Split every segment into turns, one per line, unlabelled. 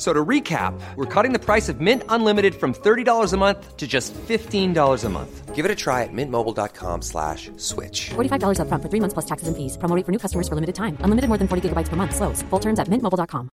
So to recap, we're cutting the price of Mint Unlimited from $30 a month to just $15 a month. Give it a try at mintmobile.com slash switch.
$45 up front for three months plus taxes and fees. Promote for new customers for limited time. Unlimited more than 40 gigabytes per month. Slows. Full terms at mintmobile.com.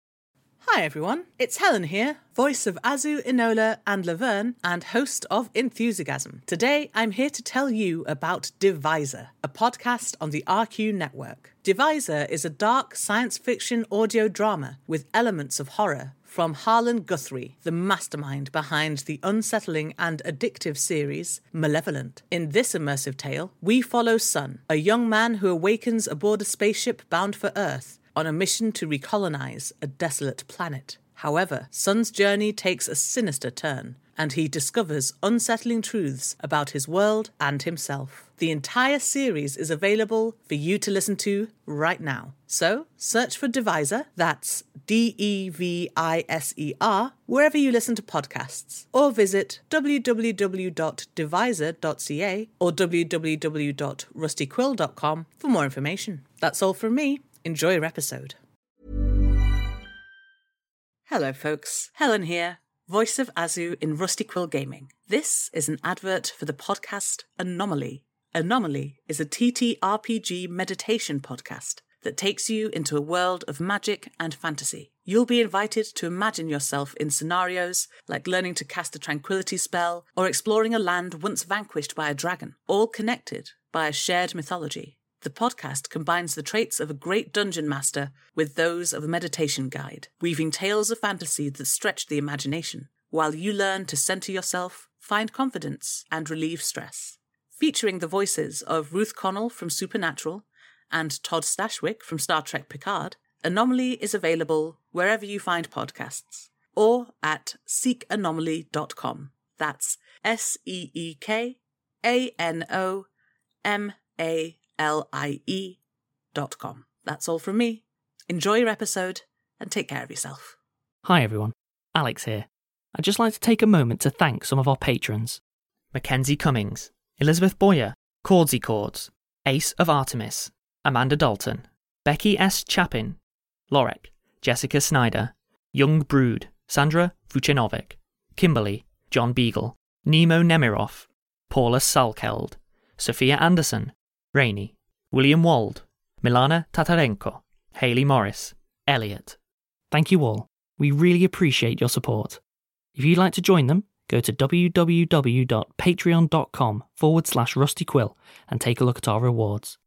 Hi everyone, it's Helen here, voice of Azu, Inola, and Laverne, and host of Enthusiasm. Today I'm here to tell you about Divisor, a podcast on the RQ network. Divisor is a dark science fiction audio drama with elements of horror from Harlan Guthrie, the mastermind behind the unsettling and addictive series Malevolent. In this immersive tale, we follow Sun, a young man who awakens aboard a spaceship bound for Earth on a mission to recolonize a desolate planet. However, Sun's journey takes a sinister turn, and he discovers unsettling truths about his world and himself. The entire series is available for you to listen to right now. So, search for Divisor, that's D E V I S E R, wherever you listen to podcasts, or visit www.divisor.ca or www.rustyquill.com for more information. That's all from me. Enjoy your episode. Hello, folks. Helen here, voice of Azu in Rusty Quill Gaming. This is an advert for the podcast Anomaly. Anomaly is a TTRPG meditation podcast that takes you into a world of magic and fantasy. You'll be invited to imagine yourself in scenarios like learning to cast a tranquility spell or exploring a land once vanquished by a dragon, all connected by a shared mythology. The podcast combines the traits of a great dungeon master with those of a meditation guide, weaving tales of fantasy that stretch the imagination, while you learn to center yourself, find confidence, and relieve stress. Featuring the voices of Ruth Connell from Supernatural and Todd Stashwick from Star Trek Picard, Anomaly is available wherever you find podcasts or at seekanomaly.com. That's S E E K A N O M A L I E dot com. That's all from me. Enjoy your episode and take care of yourself.
Hi everyone, Alex here. I'd just like to take a moment to thank some of our patrons Mackenzie Cummings, Elizabeth Boyer, Cordsy Cords, Ace of Artemis, Amanda Dalton, Becky S. Chapin, Lorek, Jessica Snyder, Young Brood, Sandra Vucinovic, Kimberly, John Beagle, Nemo Nemirov, Paula Salkeld, Sophia Anderson, Rainey, William Wald, Milana Tatarenko, Haley Morris, Elliot, Thank you all. We really appreciate your support. If you'd like to join them, go to www.patreon.com forward slash rustyquill and take a look at our rewards.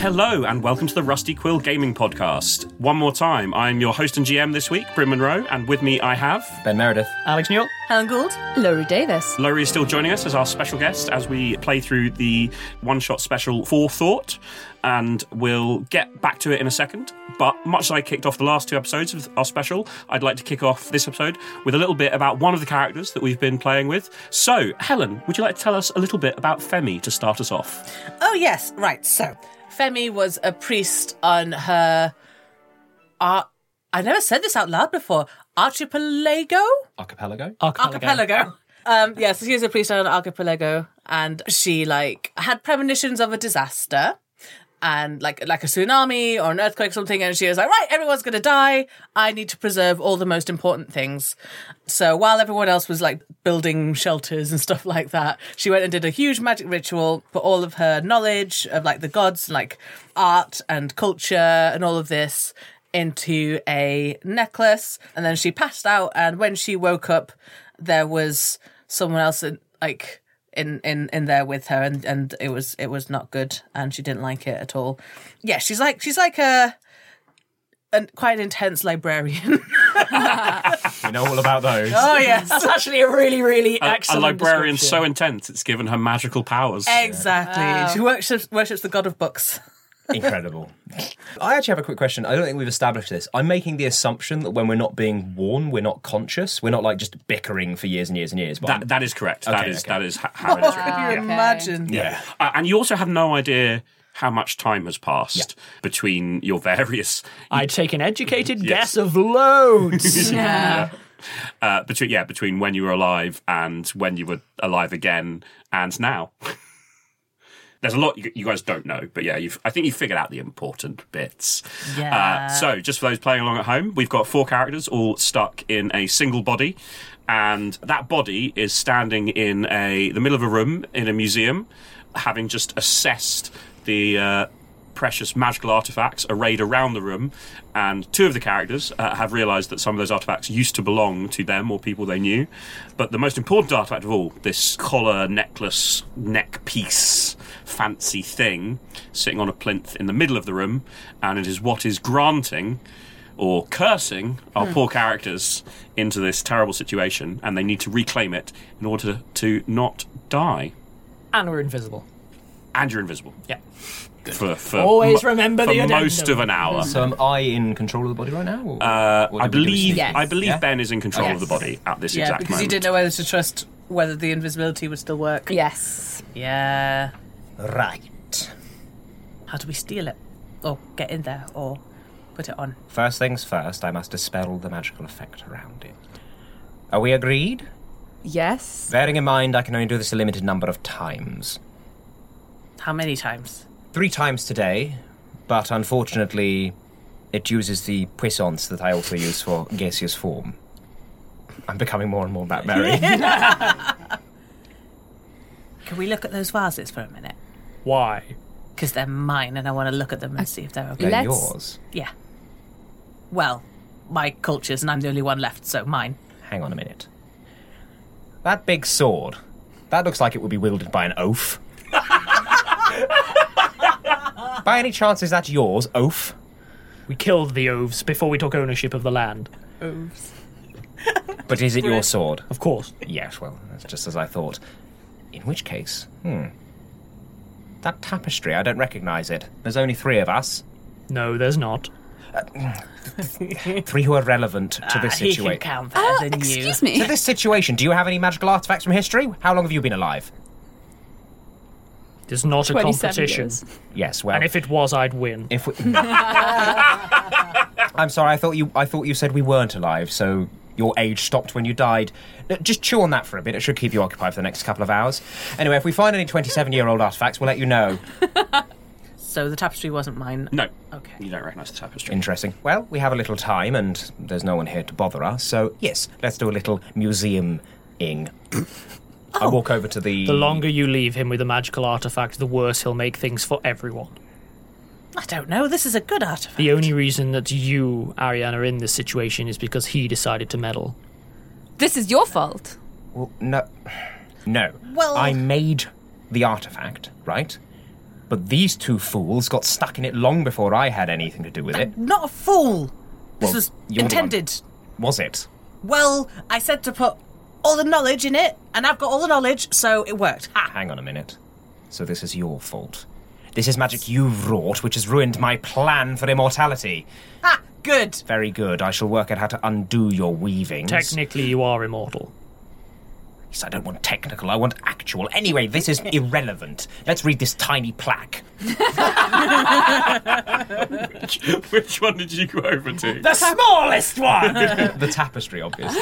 Hello, and welcome to the Rusty Quill Gaming Podcast. One more time, I'm your host and GM this week, Brim Monroe, and with me I have.
Ben Meredith.
Alex Newell?
Helen Gould,
Lori Davis.
Laurie is still joining us as our special guest as we play through the one shot special Forethought, and we'll get back to it in a second. But much as I kicked off the last two episodes of our special, I'd like to kick off this episode with a little bit about one of the characters that we've been playing with. So, Helen, would you like to tell us a little bit about Femi to start us off?
Oh, yes, right. So, Femi was a priest on her. Ar- I never said this out loud before. Archipelago?
Archipelago?
Archipelago. Um, yeah, so she was a priest on an archipelago, and she like had premonitions of a disaster, and like like a tsunami or an earthquake, or something. And she was like, right, everyone's gonna die. I need to preserve all the most important things. So while everyone else was like building shelters and stuff like that, she went and did a huge magic ritual, put all of her knowledge of like the gods, and, like art and culture, and all of this into a necklace and then she passed out and when she woke up there was someone else in, like in in in there with her and and it was it was not good and she didn't like it at all yeah she's like she's like a an quite an intense librarian
We know all about those.
oh yes
That's actually a really, really
A, a
excellent.
librarian
description.
so intense it's given her magical powers.
exactly she worships worships the god of books
Incredible.
I actually have a quick question. I don't think we've established this. I'm making the assumption that when we're not being worn, we're not conscious. We're not like just bickering for years and years and years. But
That that is correct. that
Okay,
is
okay.
that is ho- how it is. written.
Can you imagine
yeah.
Uh, and you also have no idea how much time has passed between your various
I take an educated guess of
loads. yeah. Uh, between yeah, between when you were alive and when you were alive again, and now. There's a lot you, you guys don't know, but yeah, you've, I think you've figured out the important bits.
Yeah.
Uh, so, just for those playing along at home, we've got four characters all stuck in a single body, and that body is standing in a the middle of a room in a museum, having just assessed the uh, precious magical artifacts arrayed around the room, and two of the characters uh, have realised that some of those artifacts used to belong to them or people they knew. But the most important artifact of all, this collar, necklace, neck piece, fancy thing, sitting on a plinth in the middle of the room, and it is what is granting or cursing our
Hmm.
poor characters into this terrible situation, and they need to reclaim it in order to not die.
And we're invisible.
And you're invisible.
Yeah.
For, for
Always remember
for
the
most
addendum.
of an hour. Uh,
so am I in control of the body right now? or- or
I
did we do a
believe
sneak?
I believe
Yeah?
Ben is in control of the body at this
yeah
exact
because
moment.
you didn't know whether to trust whether the invisibility would still work
Yes.
yeah
Right.
how do we steal it or get in there or put it on
First things first, I must dispel the magical effect around it. Are we agreed?
Yes.
Bearing in mind, I can only do this a limited number of times.
how many times
Three times today, but unfortunately, it uses the puissance that I also use for gaseous form. I'm becoming more and more Matt Berry.
can we look at those vases for a minute
Why?
because they're mine and i want to look at them and see if they're okay
Let's-
They're yours.
yeah well my cultures and i'm the only one left so mine
Hang on a minute. That big sword. That looks like it would be wielded by an oaf. by any chance, is that yours, oaf?
We killed the Oves before we took ownership of the land.
But is it your sword?
Of course.
Yes, well, that's just as I thought. In which case, hmm. That tapestry, I don't recognise it. There's only three of us.
No, there's not.
Three who are relevant to this
Uh, he can
situation.
count better than you
Oh, Uh, Excuse me.
To this situation, do you have any magical artifacts from history? How long have you been alive?
There's not a
27
competition.
years.
Yes, well,
And if it was, I'd win.
if we... I'm sorry, I thought you. I thought you said we weren't alive, so your age stopped when you died. Uh, Just chew on that for a bit. It should keep you occupied for the next couple of hours. Anyway, if we find any 27-year-old artifacts, we'll let you know.
so the tapestry wasn't mine
No.
Okay.
You don't recognise the tapestry.
Interesting. Well, we have a little time, and there's no one here to bother us, so yes, let's do a little museum-ing. I walk over to the.
Oh. The longer you leave him with a magical artifact, the worse he'll make things for everyone.
i don't know this is a good artifact
The only reason that you, Ariana, are in this situation is because he decided to meddle.
This is your fault.
Well, no, no.
Well-
I made the artifact, right? But these two fools got stuck in it long before I had anything to do with it.
not a fool this
Well,
was
you're the one.
intended
Was it?
well i said to put all the knowledge in it and i've got all the knowledge so it worked ha
Hang on a minute. So this is your fault. This is magic you've wrought, which has ruined my plan for immortality.
ha good
Very good. I shall work out how to undo your weavings.
Technically, you are immortal.
Yes, I don't want technical, I want actual. Anyway, this is irrelevant. Let's read this tiny plaque.
Which one did you go over to?
The smallest one! the tapestry, obviously.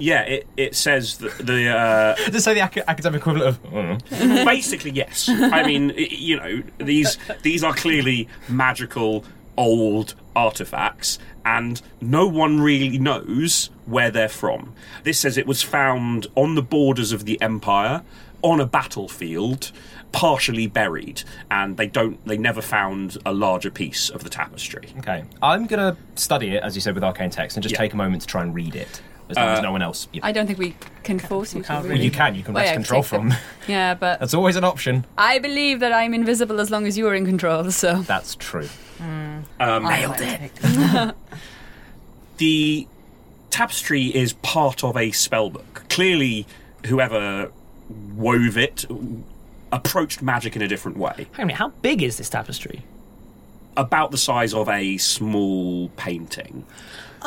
yeah, it, it says the. the uh...
Does it say the ac- academic equivalent of. mm,
Basically, yes. I mean, i- you know, these these are clearly magical old artifacts, and no one really knows where they're from. This says it was found on the borders of the empire, on a battlefield, partially buried, and they don't they never found a larger piece of the tapestry.
Okay. I'm going to study it, as you said, with arcane text and just take a moment to try and read it. As long
Uh,
as no one else.
I don't think we can force you to.
Well,
really.
you can, you can
Well,
rest
yeah,
control
take the-
from.
Yeah, but
That's always an option.
I believe that I'm invisible as long as you are in control. So
That's true.
Um,
nailed it.
the tapestry is part of a spellbook. Clearly, whoever wove it approached magic in a different way.
Hang on a minute, how big is this tapestry?
About the size of a small painting.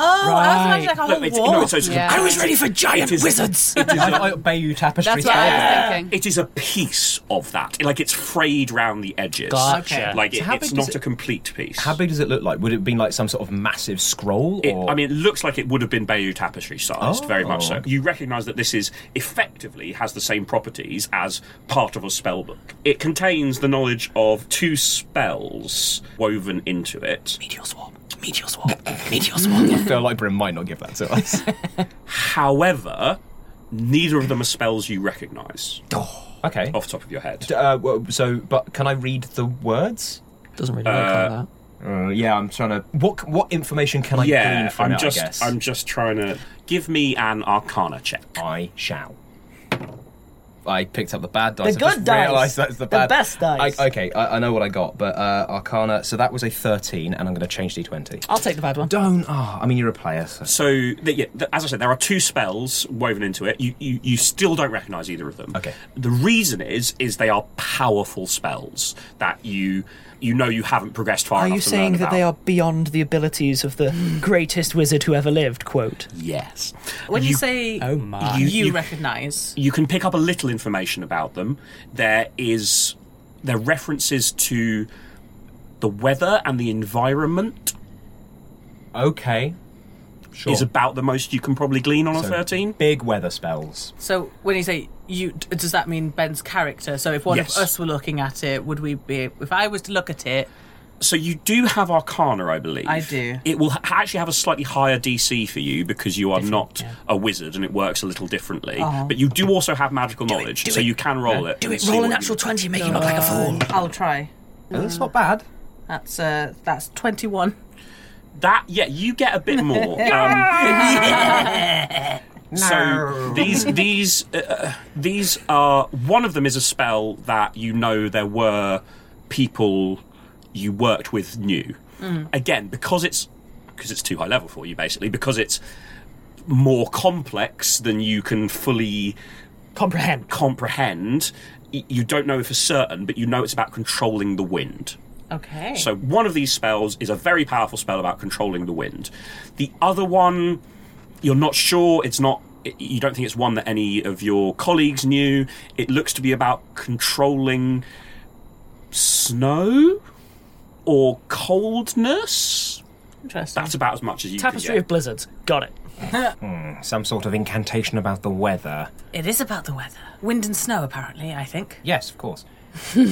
Oh, I was imagining like a
Look,
whole
it's-
wall.
no, it's- it's- Yeah. I was ready for giant
It is-
wizards.
It is a Bayou tapestry.
That's what I was
Yeah.
thinking.
It is a piece of that. Like it's frayed round the edges.
Gotcha.
Like
So
it-
how
it's
big does
not
it-
a complete piece.
How big does it look like? Would it be like some sort of massive scroll?
It,
or?
I mean, it looks like it would have been Bayeux tapestry sized, very much so.
Oh.
You recognise that this is effectively has the same properties as part of a spell book. It contains the knowledge of two spells woven into it. Meteor swap, meteor swap, meteor
I feel like Brim might not give that to us.
However, neither of them are spells you recognise.
okay.
Off the top of your head.
Uh, well, so, but can I read the words?
Doesn't
really work like Uh,
that. yeah, I'm trying to. What c- what information can I
yeah,
glean from
I'm
it?
just
I guess?
I'm just trying to give me an Arcana check.
I shall. I picked up the bad
The
dice. I
good
just
dice.
realised that's the
The
bad.
best dice.
I, okay, I, I know what I got, but uh, Arcana. So that was a 13, and I'm going to change D20.
I'll take the bad one.
Don't. Oh, I mean, you're a player. So.
So, th yeah, th- as I said, there are two spells woven into it. You, you, you still don't recognise either of them. Okay. The reason is is they are powerful spells that you you know you haven't progressed far
Are
enough
you
to
saying
learn
that they
about.
are beyond the abilities of the greatest wizard who ever lived? Quote.
Yes.
When you, say
Oh my.
you,
You-
recognize,
You can pick up a little information about them. There is there are references to the weather and the environment.
Okay. Sure.
Is about the most you can probably glean on a
So,
13.
Big weather spells.
so when you say you, d- does that mean Ben's character? So if one
Yes.
of us were looking at it, would we be? If I was to look at it,
So you do have Arcana, I believe.
I do.
It will ha- actually have a slightly higher DC for you because you are not a wizard and it works a little differently.
Oh.
But you do also have magical knowledge, so you can roll it.
Do
and
it,
see
roll a
what
natural
you-
20, make him look like a fool. I'll try.
Oh, that's
not bad.
That's uh, that's twenty-one.
That yeah, you get a bit more. Um,
Yeah.
So
No.
these these uh, uh, these are one of them is a spell that you know there were people you worked with knew.
Mm.
Again, because it's because it's too high level for you basically because it's more complex than you can fully
comprehend.
Comprehend. y- You don't know for certain, but you know it's about controlling the wind.
Okay.
So one of these spells is a very powerful spell about controlling the wind. The other one, you're not sure. It's not. You don't think it's one that any of your colleagues knew. It looks to be about controlling snow or coldness.
Interesting.
That's about as much as you.
Tapestry
can
of blizzards. Got it.
Hmm, some sort of incantation about the weather.
It is about the weather, wind and snow. Apparently, I think.
Yes, of course.
Hmm.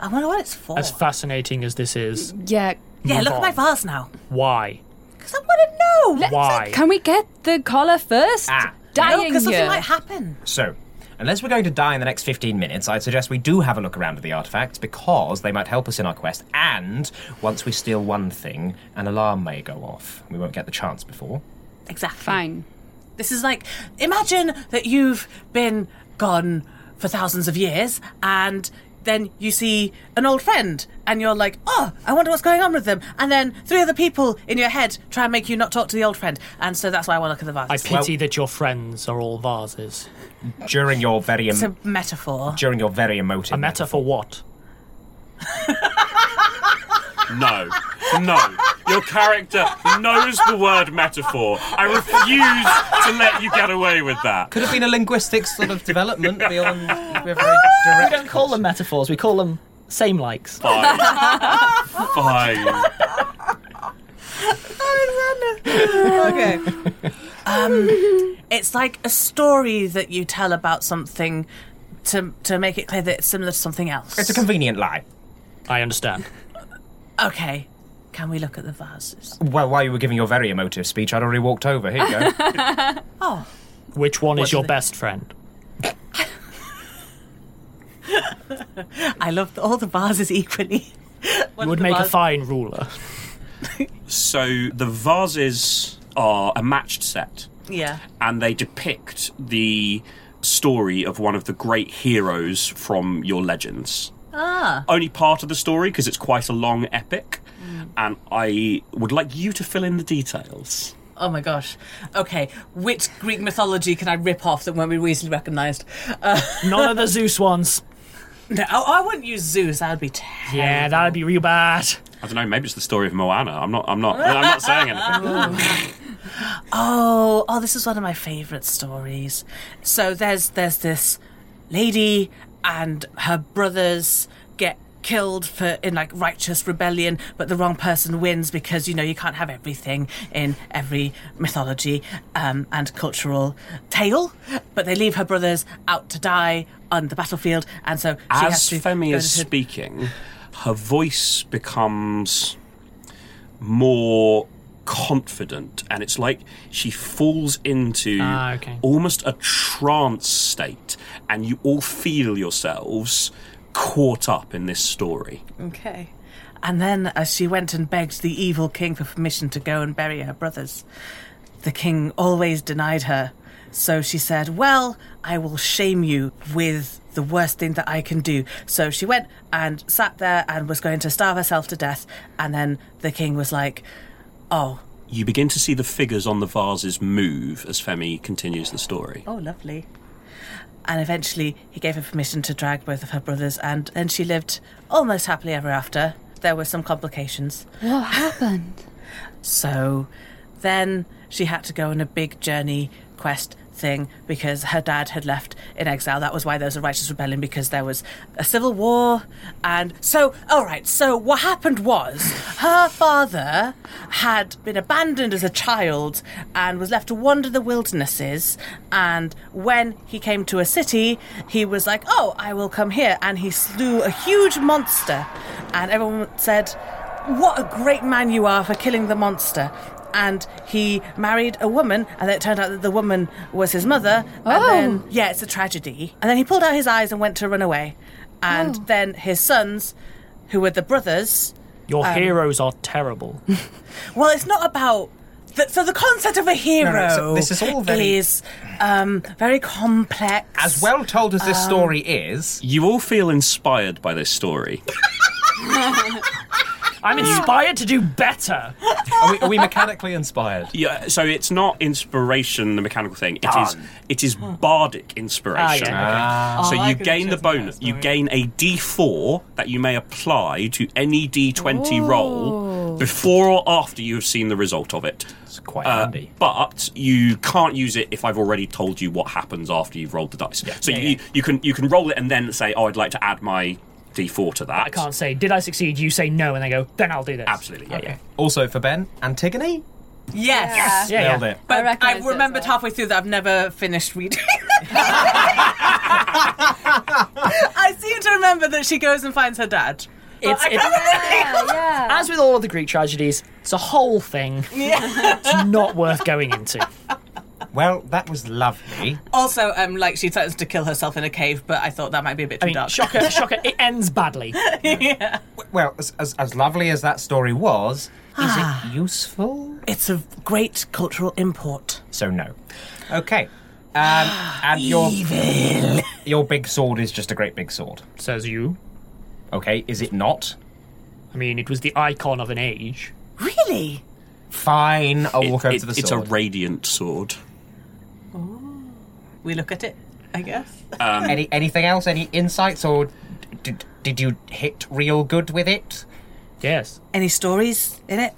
I wonder what it's for.
As fascinating as this is,
yeah,
yeah.
move
Look at my
on.
vase now.
why?
Because I want to know.
Why?
can we get the collar first?
Ah.
No,
Dying
because something
here.
might happen.
So, unless we're going to die in the next 15 minutes, I'd suggest we do have a look around at the artifacts because they might help us in our quest. And once we steal one thing, an alarm may go off. We won't get the chance before.
Exactly. Fine. This is like imagine that you've been gone for thousands of years and then you see an old friend and you're like, oh, I wonder what's going on with them. And then three other people in your head try and make you not talk to the old friend. And so that's why I want to look at the
I
vases.
pity that your friends are all vases.
During your very
It's a metaphor.
during your very emotive
a metaphor, what?
No, no. Your character knows the word metaphor. I refuse to let you get away with that.
Could have been a linguistic sort of development beyond. We
don't call them metaphors. We call them same likes.
Fine. Fine.
okay. Um, it's like a story that you tell about something to to make it clear that it's similar to something else.
It's a convenient lie.
I understand.
Okay. Can we look at the vases?
Well, while you were giving your very emotive speech, I'd already walked over. Here you go.
Oh,
Which one
What
is
do
your
they-
best friend?
I love all the vases equally.
You would make a fine ruler.
So the vases are a matched set.
Yeah.
and they depict the story of one of the great heroes from your legends.
Ah.
Only part of the story because it's quite a long epic, and I would like you to fill in the details.
Oh my gosh. Okay. Which Greek mythology can I rip off that won't be easily recognised? Uh,
None of the Zeus ones.
No, I, I wouldn't use Zeus. That would be terrible.
Yeah, that'd be real bad.
I don't know. Maybe it's the story of Moana. I'm not. I'm not. I'm not saying anything.
oh, oh, this is one of my favourite stories. So there's there's this lady and her brothers get killed for in like righteous rebellion, but the wrong person wins because you know you can't have everything in every mythology um, and cultural tale. But they leave her brothers out to die on the battlefield, and so she has
As
to
Femi
go
is
to-
speaking, her voice becomes more confident, and it's like she falls into
Ah, okay.
almost a trance state, and you all feel yourselves caught up in this story.
Okay. And then, as she went and begged the evil king for permission to go and bury her brothers, the king always denied her. So she said, Well, I will shame you with the worst thing that I can do. So she went and sat there and was going to starve herself to death. And then the king was like, Oh,
You begin to see the figures on the vases move as Femi continues the story.
oh, lovely. And eventually, he gave her permission to drag both of her brothers, and then she lived almost happily ever after. There were some complications.
What happened?
So then she had to go on a big journey quest thing because her dad had left in exile. That was why there was a righteous rebellion because there was a civil war. And so, all right, so what happened was her father had been abandoned as a child and was left to wander the wildernesses. And when he came to a city, he was like, oh, I will come here. And he slew a huge monster. And everyone said, what a great man you are for killing the monster. And he married a woman, and then it turned out that the woman was his mother.
Oh.
And then, yeah, it's a tragedy. And then he pulled out his eyes and went to run away. And
Oh.
then his sons, who were the brothers.
Your
um,
heroes are terrible.
Well, it's not about. The, so the concept of a hero
so this is all very-
is, um, very complex.
As well told as this
Um,
story is,
You all feel inspired by this story.
I'm inspired to do better.
are we, are we mechanically inspired?
Yeah, so it's not inspiration, the mechanical thing. It is
Darn.
it is bardic inspiration.
Ah, yeah, okay. Ah.
So
Oh, I
you
could've
gain the bonus. You gain a D4 that you may apply to any D20 roll before or after you have seen the result of it. It's
quite
handy. But you can't use it if I've already told you what happens after you've rolled the dice. So
Yeah,
you,
yeah.
you can you can roll it and then say, "Oh, I'd like to add my D4 to that."
I can't say, did I succeed? You say no, and they go, then I'll do this.
Absolutely, yeah, yeah.
Also for Ben, Antigone?
Yes.
Yeah, yeah. Nailed it.
But I, remembered halfway through that I've never finished reading. I seem to remember that she goes and finds her dad. But
It's-
I
it's-
can't remember.
As with all of the Greek tragedies, it's a whole thing.
Yeah.
it's not worth going into.
Well, that was lovely.
Also, um, like she threatens to kill herself in a cave, but I thought that might be a bit too
I mean,
dark.
shocker, shocker, it ends badly.
Well, as, as, as lovely as that story was, is it useful?
Ah. It's of great cultural import. Ah,
So no. Okay. Um, and your your big sword is just a great big sword.
Says you.
Okay, is it not?
I mean, it was the icon of an age.
Really?
Fine, I'll walk over
It-
to the
it's a
sword.
radiant sword.
We look at it, I guess.
Um,
Any anything else? Any insights or d- d- did you hit real good with it?
Yes.
Any stories in it?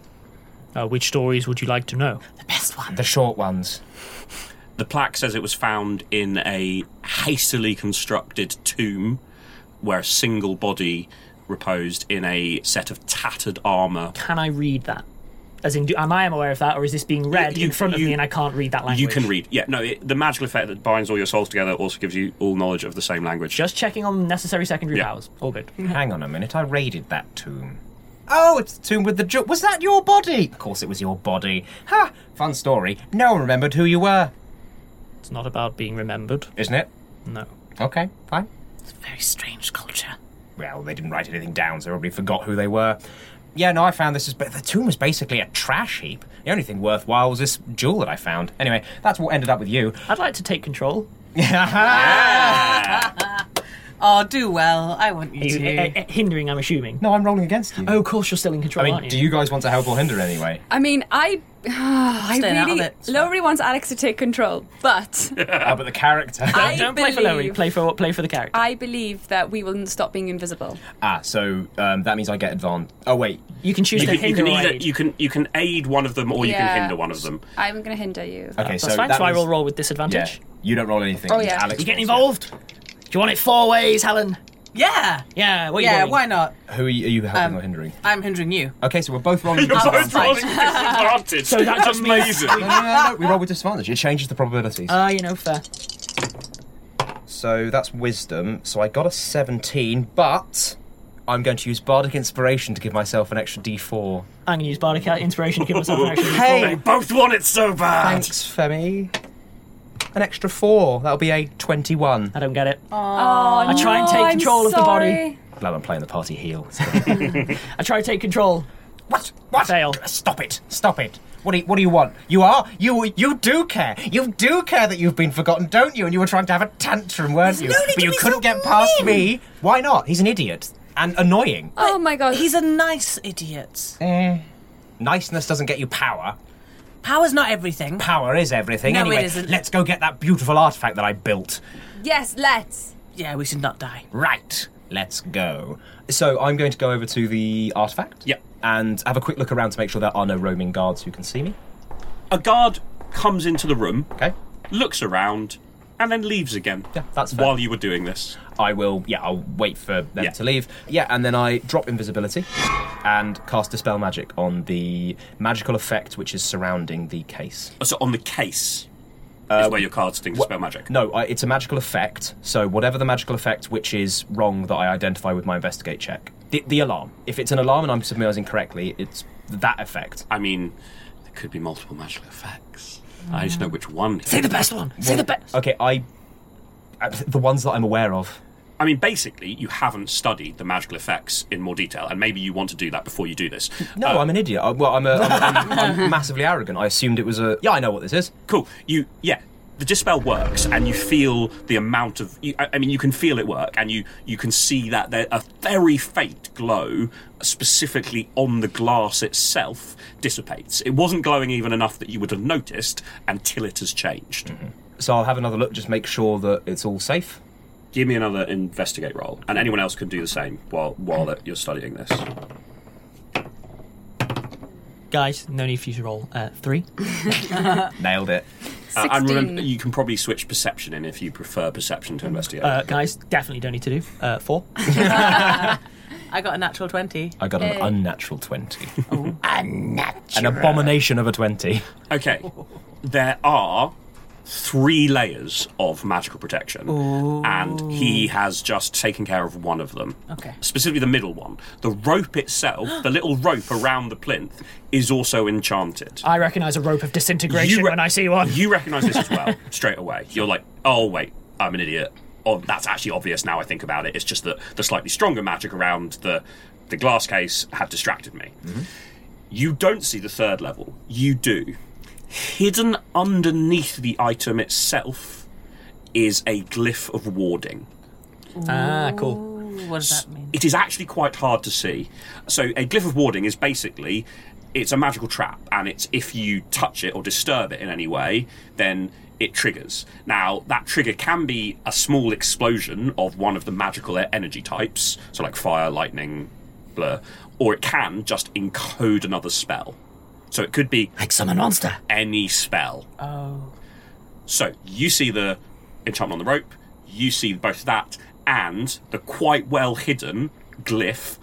Uh, which stories would you like to know?
The best one.
The short ones.
The plaque says it was found in a hastily constructed tomb where a single body reposed in a set of tattered armour.
Can I read that? As in, do, am I aware of that, or is this being read in front of me and I can't read that language?
You can read. Yeah, no, it, the magical effect that binds all your souls together also gives you all knowledge of the same language.
Just checking on necessary secondary
Yeah.
powers. All good.
Hang on a minute, I raided that tomb. Oh, it's the tomb with the jewel. Was that your body? Of course, it was your body. Ha! Fun story. No one remembered who you were.
It's not about being remembered,
isn't it?
No.
Okay, fine.
It's a very strange culture.
Well, they didn't write anything down, so everybody forgot who they were. Yeah, no, I found this. Is, but the tomb was basically a trash heap. The only thing worthwhile was this jewel that I found. Anyway, that's what ended up with you.
I'd like to take control.
Oh, do well. I want you
You- eh,
to.
eh, hindering, I'm assuming.
No, I'm rolling against you.
Oh, of course, you're still in control,
I
aren't
mean,
you?
do you guys want to help or hinder anyway?
I mean, I. I
Staying out of
really.
it,
Lowry wants Alex to take control, but
Ah, but the character.
I
don't play for Lowry.
believe-
Play for play for the character.
I believe that we will stop being invisible.
Ah, so um, that means I get advantage. Oh wait,
you can
You can, you can either you can you can aid one of them or you
Yeah.
can hinder one of them.
I'm going to hinder you.
Okay,
That's
so
fine.
that
so I
means-
roll roll with disadvantage.
you don't roll anything.
Oh, yeah.
Alex
You getting
involved?
Do you want it four ways, Helen?
Yeah.
Yeah. What are you
yeah.
doing?
Why not?
Who are you, are you helping
Um,
or hindering?
I'm hindering you.
Okay, so we're both rolling. with
You're both
disadvantage.
rolling with disadvantage. So that just means- Amazing.
No, no, no, no, We roll with disadvantage. It changes the probabilities.
Ah, you know, fair.
So that's wisdom. So I got a 17, but I'm going to use bardic inspiration to give myself an extra d4.
I'm gonna use bardic inspiration to give myself an extra.
Hey!
d4.
They
both want it so bad.
Thanks, Femi. An extra four. That'll be a 21.
I don't get it.
Oh,
I try and take
no, I'm
control of the body.
Glad I'm playing the party heel.
I try to take control.
What? What?
Fail.
Stop it! Stop it! What do you, what do you want? You are you you do care. You do care that you've been forgotten, don't you? And you were trying to have a tantrum, weren't you?
no need
but
to
you
be
couldn't
so
get past
mean.
me. Why not? He's an idiot and annoying.
Oh my god.
He's a nice idiot.
Niceness doesn't get you power.
Power's not everything.
Power is everything.
No,
anyway,
it isn't.
let's go get that beautiful artifact that I built.
Yes, let's.
Yeah, we should not die.
Right. Let's go. So I'm going to go over to the artifact. Yep. And have a quick look around to make sure there are no roaming guards who can see me.
A guard comes into the room,
okay,
looks around, and then leaves again.
Yeah, that's
while you were doing this.
I will. Yeah, I'll wait for them to leave. Yeah, and then I drop invisibility and cast dispel magic on the magical effect which is surrounding the case.
So on the case
Uh,
is where your cards think spell magic.
No, I, it's a magical effect. So whatever the magical effect which is wrong that I identify with my investigate check, the, the alarm. If it's an alarm and I'm submersing correctly, it's that effect.
I mean, there could be multiple magical effects. I just know which one.
Say the best one. Say the best.
Okay, I uh, the ones that I'm aware of.
I mean, basically, you haven't studied the magical effects in more detail, and maybe you want to do that before you do this.
No, Oh, I'm an idiot. I, well, I'm, a, I'm, I'm, I'm massively arrogant. I assumed it was a. Yeah, I know what this is.
Cool. You, yeah. The dispel works, and you feel the amount of. You, I I mean, you can feel it work, and you you can see that there a very faint glow, specifically on the glass itself, dissipates. It wasn't glowing even enough that you would have noticed until it has changed.
So I'll have another look. Just make sure that it's all safe.
Give me another investigate roll, and anyone else can do the same while while that you're studying this.
Guys, no need for you to roll. Uh, three.
Nailed it.
Uh, and
16.
remember, you can probably switch perception in if you prefer perception to investigate.
Uh, guys, definitely don't need to do. Uh, four.
I got a natural 20.
I got an
Yay.
unnatural 20. An
Unnatural.
abomination of a 20.
Okay. There are three layers of magical protection, and he has just taken care of one of them.
Okay.
Specifically, the middle one. The rope itself, the little rope around the plinth, is also enchanted.
I recognise a rope of disintegration
You re-
when I see one.
You recognise this as well straight away. You're like, oh wait, I'm an idiot. Oh, that's actually obvious now. I think about it. It's just that the slightly stronger magic around the the glass case had distracted me. You don't see the third level. You do. Hidden underneath the item itself is a glyph of warding.
Ah, cool.
What does that mean?
It is actually quite hard to see. So a glyph of warding is basically it's a magical trap, and it's if you touch it or disturb it in any way, then it triggers. Now that trigger can be a small explosion of one of the magical e- energy types, so like fire, lightning, blur, or it can just encode another spell. So it could be like summon monster, any spell.
Oh.
So you see the enchantment on the rope, you see both that and the quite well hidden glyph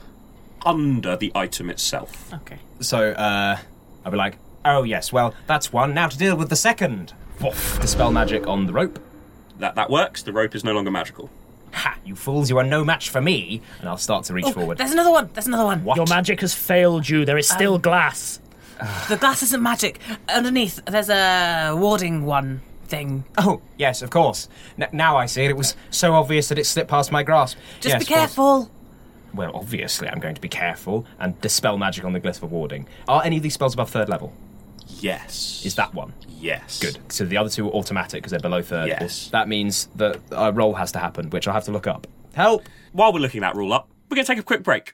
under the item itself.
Okay. So uh, I'll be like, oh yes, well that's one. Now to deal with the second. Woof. Dispel magic on the rope.
That that works. The rope is no longer magical.
Ha! You fools! You are no match for me. And I'll start to reach forward.
There's another one. There's another one.
Your
magic has failed you. There is still
Um,
glass.
The glass isn't magic. Underneath, there's a warding one thing.
Oh yes, of course. N- now I see it. It was so obvious that it slipped past my grasp.
Just
Yes,
be
of course.
careful.
Well, obviously, I'm going to be careful and dispel magic on the glyph for warding. Are any of these spells above third level?
Yes.
Is that one?
Yes.
Good. So the other two are automatic because they're below third.
Yes.
That means that a roll has to happen, which I'll have to look up.
Help! While we're looking that rule up, we're going to take a quick break.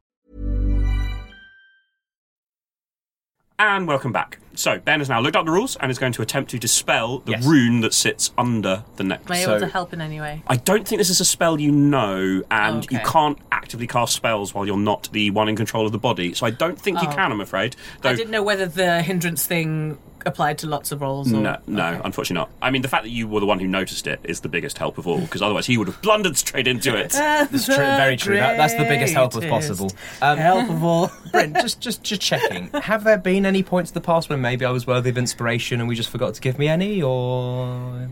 And welcome back. So Ben has now looked up the rules and is going to attempt to dispel the rune that sits under the necklace.
Am I
So-
able to help in any way?
I don't think this is a spell you know, and you
Okay.
can't actively cast spells while you're not the one in control of the body. So I don't think you
Oh.
can, I'm afraid.
I didn't know whether the hindrance thing applied to lots of roles. Or...
No, no, unfortunately not. I mean, the fact that you were the one who noticed it is the biggest help of all, because otherwise he would have blundered straight into it.
Uh.
Ah, That's true- the very true. That- that's the biggest help
of
of
possible.
Um, Helpful. Brent, just, just just checking. Have there been any points in the past when maybe I was worthy of inspiration and we just forgot to give me any, or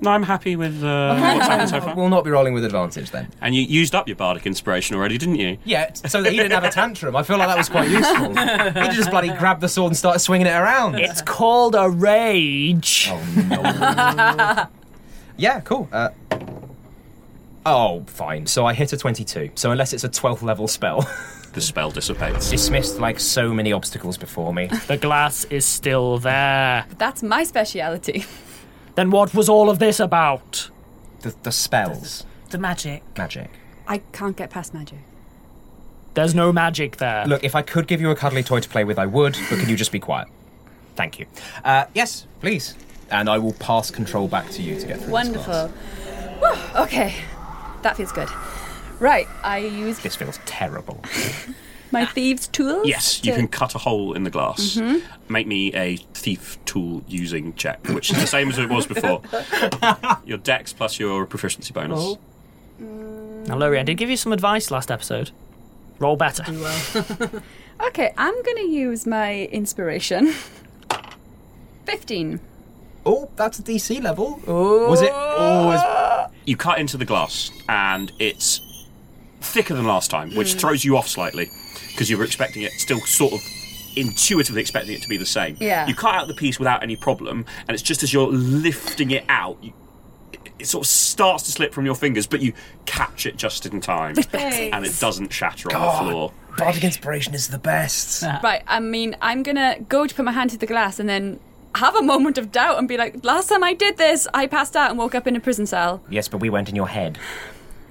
No, I'm happy with uh, what's happened so far.
We'll not be rolling with advantage then.
And you used up your bardic inspiration already, didn't you?
Yeah, t- so that he didn't have a tantrum. I feel like that was quite useful. he just bloody grabbed the sword and started swinging it around.
It's called a rage.
Oh.
Yeah, cool. Uh, oh, fine. So I hit a 22. So unless it's a 12th level spell.
The spell dissipates.
Dismissed like so many obstacles before me.
The glass is still there.
That's my speciality.
Then what was all of this about?
The, the spells.
The magic.
Magic.
I can't get past magic.
There's no magic there.
Look, if I could give you a cuddly toy to play with, I would, but can you just be quiet? Thank you. Uh, yes, please. And I will pass control back to you to get through.
Wonderful. Whew, okay, that feels good. Right, I use
This feels terrible.
my
Ah.
thieves' tools.
Yes, you
to-
can cut a hole in the glass.
Mhm.
Make me a thief tool using check, which is the same as it was before. Your dex plus your proficiency bonus.
Oh. Now, Laurie, I did give you some advice last episode. Roll better.
uh,
Okay, I'm gonna use my inspiration. Fifteen.
Oh, that's a DC level.
Oh.
Was it always? You cut into the glass, and it's thicker than last time, which
Mm.
throws you off slightly because you were expecting it, still sort of intuitively expecting it to be the same.
Yeah.
You cut out the piece without any problem, and it's just as you're lifting it out, you, it sort of starts to slip from your fingers, but you catch it just in time,
Reflexes.
and it doesn't shatter on
God.
the floor.
Bardic inspiration is the best.
Right, I mean, I'm gonna go to put my hand to the glass and then have a moment of doubt and be like, last time I did this, I passed out and woke up in a prison cell.
Yes, but we went in your head.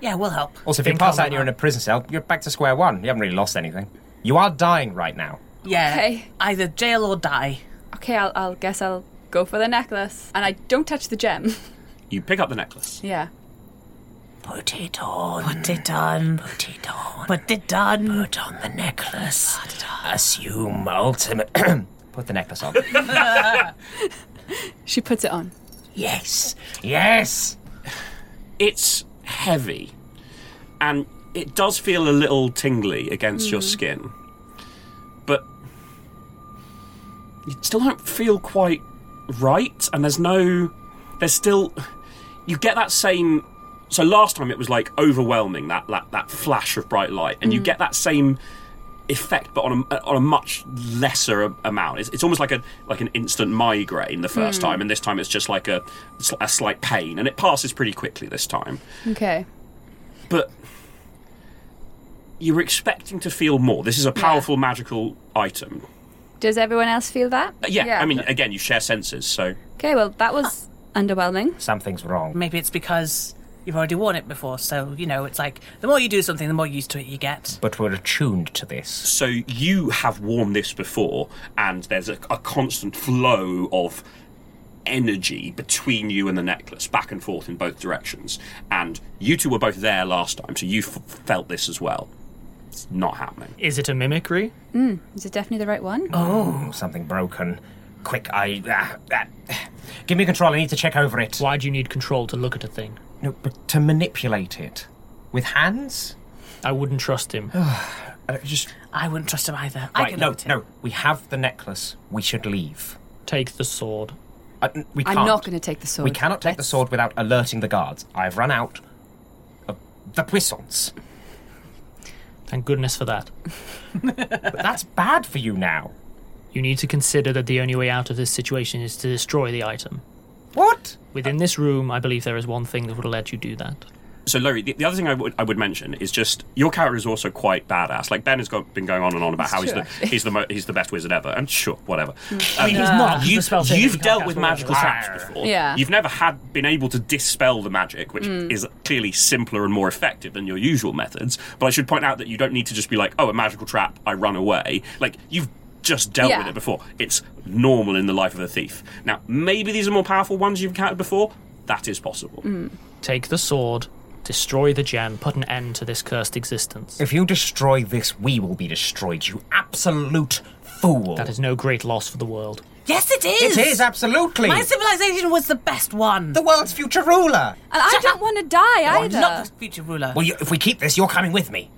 Yeah, we'll help.
Also, if you
Think
pass
I'll
out and you're in a prison cell, you're back to square one. You haven't really lost anything. You are dying right now.
Yeah. Either jail or die.
Okay, I'll, I'll guess I'll go for the necklace. And I don't touch the gem.
You pick up the necklace.
yeah.
Put it on. Put it on. Put it on. Put it on. Put on the necklace.
Assume ultimate. Put the necklace on.
She puts it on.
Yes. Yes.
It's heavy, and it does feel a little tingly against your
Mm.
skin, but you still don't feel quite right. And there's no, there's still, you get that same. So last time it was like overwhelming that that, that flash of bright light, and you
Mm.
get that same effect, but on a on a much lesser a- amount. It's, it's almost like a like an instant migraine the first
Mm.
time, and this time it's just like a sl- a slight pain, and it passes pretty quickly this time.
Okay.
But you were expecting to feel more. This is a powerful magical item.
Does everyone else feel that?
Uh, Yeah, I mean, again, you share senses, so
Okay, well, that was underwhelming.
Something's wrong.
Maybe it's because you've already worn it before, so, you know, it's like the more you do something, the more used to it you get.
But we're attuned to this.
so you have worn this before, and there's a, a constant flow of energy between you and the necklace, back and forth in both directions. And you two were both there last time, so you f- felt this as well. It's not happening.
Is it a mimicry?
Mm, is it definitely the right one?
Oh, something broken. Quick, I. ah, ah. Give me control, I need to check over it.
Why do you need control to look at a thing?
No, but to manipulate it. With hands?
I wouldn't trust him.
I just.
I wouldn't trust him either. I
Right,
can
no,
look at
no. We have the necklace. We should leave. Uh,
Take the sword.
we
I'm
can't.
not gonna take the sword.
We cannot take the sword without alerting the guards. I've run out of the puissance.
Thank goodness for that.
but that's bad for you now.
You need to consider that the only way out of this situation is to destroy the item.
What?
Within this room, I believe there is one thing that would let you do that.
So, Laurie, the, the other thing I would I would mention is just your character is also quite badass. Like Ben has got, been going on and on about
It's
how he's
true,
the
actually.
he's the mo- he's the best wizard ever, and sure, whatever.
Mm. I mean, he's not. He's
You,
a spell saver, he
you've
can't
dealt
cast
with
whatever.
magical traps before.
Yeah.
You've never had been able to dispel the magic, which
Mm.
is clearly simpler and more effective than your usual methods. But I should point out that you don't need to just be like, oh, a magical trap, I run away. Like you've just dealt
Yeah.
with it before. It's normal in the life of a thief. Now, maybe these are more powerful ones you've encountered before. That is possible.
Hmm. Take the sword, destroy the gem, put an end to this cursed existence.
If you destroy this, we will be destroyed, you absolute fool.
That is no great loss for the world.
Yes, it is.
It is, absolutely.
My civilization was the best one. The
world's future ruler.
And I don't want to die
I'm
either.
not the future ruler.
Well, you, if we keep this, you're coming with me.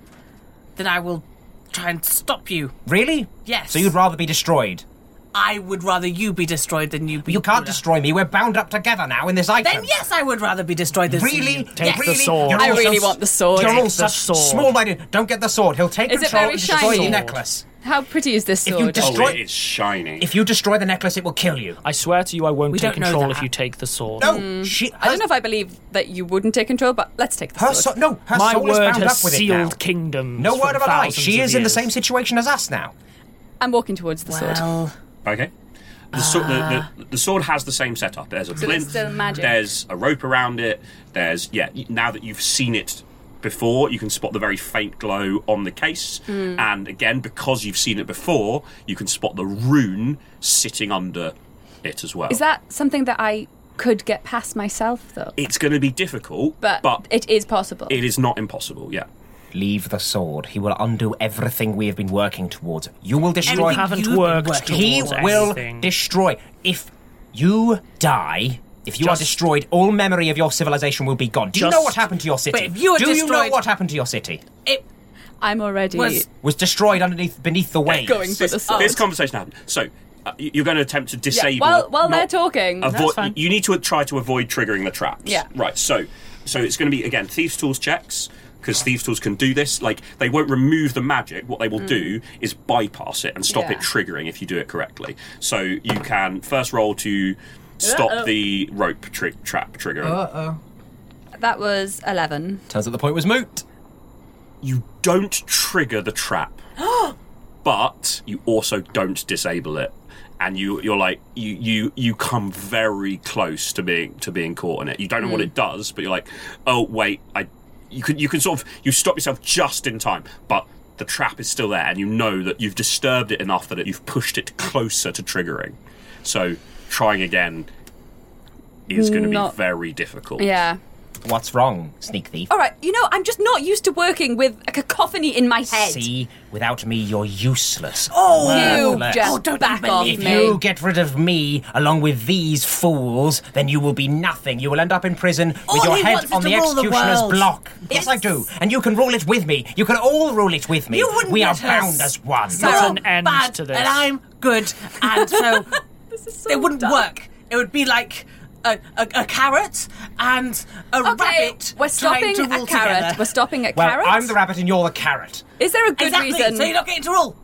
Then I will try and stop you.
Really?
Yes.
So you'd rather be destroyed?
I would rather you be destroyed than you be.
You can't destroy me. We're bound up together now in this item.
Then yes, I would rather be destroyed than
Um, Really?
you.
Take
Yes.
the sword. You're all such- You're all such small-minded. Don't get the sword. He'll take
Is it
control
very
and destroy
shiny?
your necklace.
How pretty is this sword?
If you destroy,
is shiny.
if you destroy the necklace, it will kill you.
I swear to you, I won't
We
take
don't know
control
that.
if you take the sword.
No, she.
I don't know if I believe that you wouldn't take control, but let's take the
Her
sword.
so- no, her
My
soul is
word
bound
has
up with it now.
sealed kingdoms
No word
from
of a lie.
thousands
She
of
is in the
years.
same situation as us now.
I'm walking towards the sword.
Okay. The, so- the, the, the sword has the same setup. There's a
Ah. So
plinth.
it's still magic.
There's a rope around it. There's yeah. y- Now that you've seen it before, you can spot the very faint glow on the case.
Mm.
And again, because you've seen it before, you can spot the rune sitting under it as well.
Is that something that I could get past myself, though?
It's going to be difficult,
But,
but
it is possible.
it is not impossible. Yeah.
Leave the sword. He will undo everything we have been working towards. You will destroy.
You haven't Everything you've worked been working
He
towards
will
anything.
destroy. If you die, if you are
Just-
destroyed, all memory of your civilization will be gone. Do you
Just-
know what happened to your city?
But if you are
Do you know
destroyed-
what happened to your city?
I'm already.
Was, was destroyed underneath beneath the waves.
Going for
this,
the sword.
this conversation happened. So uh, y- you're going to attempt to disable.
Yeah, while while
not
they're talking,
Avoid, You need to try to avoid triggering the traps.
Yeah.
Right. So, so it's going to be again thieves' tools checks because thieves' tools can do this. Like they won't remove the magic. What they will
Mm.
do is bypass it and stop
Yeah.
it triggering if you do it correctly. So you can first roll to stop
Uh-oh.
the rope tri- trap trigger.
oh. That was eleven.
Turns out the point was moot.
You don't trigger the trap. but you also don't disable it and you you're like you you you come very close to being to being caught in it you don't know what
Mm.
it does but you're like oh wait i you can you can sort of you stop yourself just in time but the trap is still there and you know that you've disturbed it enough that it, you've pushed it closer to triggering so trying again is going to be
Not-
very difficult
Yeah.
What's wrong, sneak
Oh,
thief?
All right. You know, I'm just not used to working with a cacophony in my head.
See, without me, you're useless.
Oh, you
Worthless.
just Oh, don't back even off leave
If
me.
you get rid of me along with these fools, then you will be nothing. You will end up in prison with
All
your
he
head
wants is
on
to
the
rule the
executioner's
world.
block. Yes. I do. And you can rule it with me. You can all rule it with me.
You wouldn't
we are
let us.
bound as one.
So bad, And I'm good, and so, it wouldn't work. It would be like a, a, a carrot and a
Okay,
rabbit.
we're
trying
stopping
to
at
rule
carrot.
Together.
We're stopping at
well,
carrot.
I'm the rabbit and you're the carrot.
Is there a good
Exactly,
reason?
so you're not getting to roll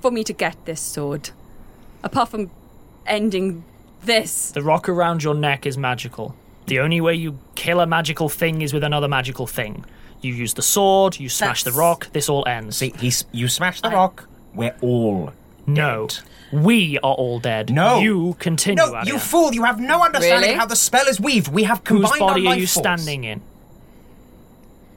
for me to get this sword, apart from ending this.
The rock around your neck is magical. The only way you kill a magical thing is with another magical thing. You use the sword, you smash the rock, this all ends. See,
he's, you smash the rock, we're all
No. We are all dead.
No.
You continue.
No, you
Ariana.
fool! You have no understanding
Really?
how the spell is weaved. We have combined
Whose body
our
are you
life force.
standing in?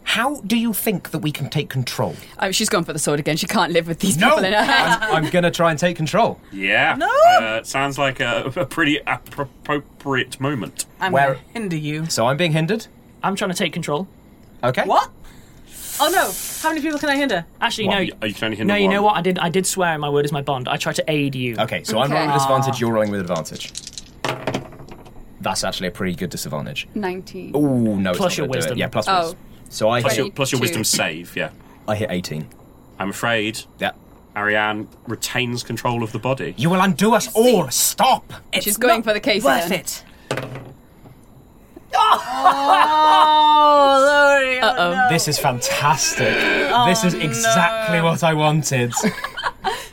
How do you think that we can take control?
Oh, she's gone for the sword again. She can't live with these
No!
people in her head.
I'm gonna try and take control.
yeah uh, it sounds like a, a pretty appro- appropriate moment
hinder you.
So I'm being hindered.
I'm trying to take control.
Okay.
What? Oh no! How many people can I hinder?
Actually,
One.
no.
You- you can only hinder
no, you know
one.
what? I did. I did swear. My word is my bond. I tried to aid you.
Okay, so I'm rolling with
Ah.
disadvantage. You're rolling with advantage. That's actually a pretty good disadvantage.
Nineteen.
Oh no! it's
Plus
not
your
gonna do it.
wisdom.
Yeah, plus
Oh.
wisdom. So I
plus
hit,
your, plus your wisdom save, yeah.
I hit 18.
I'm afraid.
Yeah.
Ariane retains control of the body.
You will undo us all. Stop!
she's going for the case.
worth
again.
it. Oh, Lordy! oh, no.
This is fantastic.
Oh,
this is exactly what I wanted.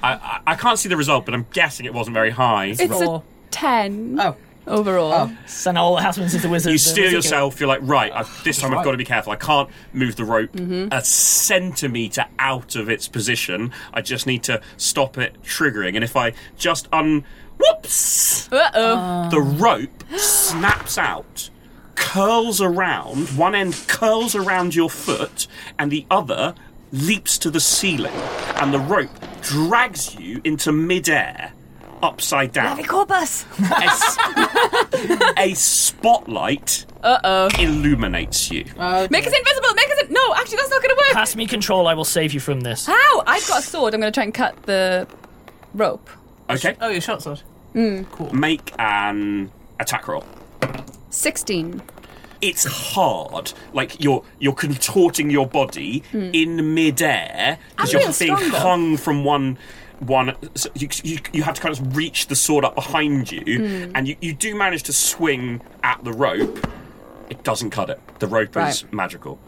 I, I, I can't see the result, but I'm guessing it wasn't very high.
It's a ten.
Oh.
Overall.
Oh.
So now all that happens is the wizard.
you
the
steer
wizard
yourself. You're like, right, I, this time I've
right.
got to be careful. I can't move the rope
Mhm.
a centimetre out of its position. I just need to stop it triggering. And if I just un. Whoops!
Uh oh.
The rope snaps out, curls around, one end curls around your foot, and the other leaps to the ceiling, and the rope drags you into midair, upside down.
Corpus!
A spotlight illuminates you.
Make us invisible! Make us in- No, actually, that's not going to work!
Pass me control, I will save you from this.
How? I've got a sword. I'm going to try and cut the rope.
Okay.
Oh, your short sword. Mm.
Make an attack roll.
16.
It's hard. Like you're you're contorting your body
Hmm.
in midair
I'm
because you're
real
being
strong, though.
hung from one one. So you, you, you have to kind of reach the sword up behind you,
Hmm.
and you, you do manage to swing at the rope. It doesn't cut it. The rope is
Right.
magical.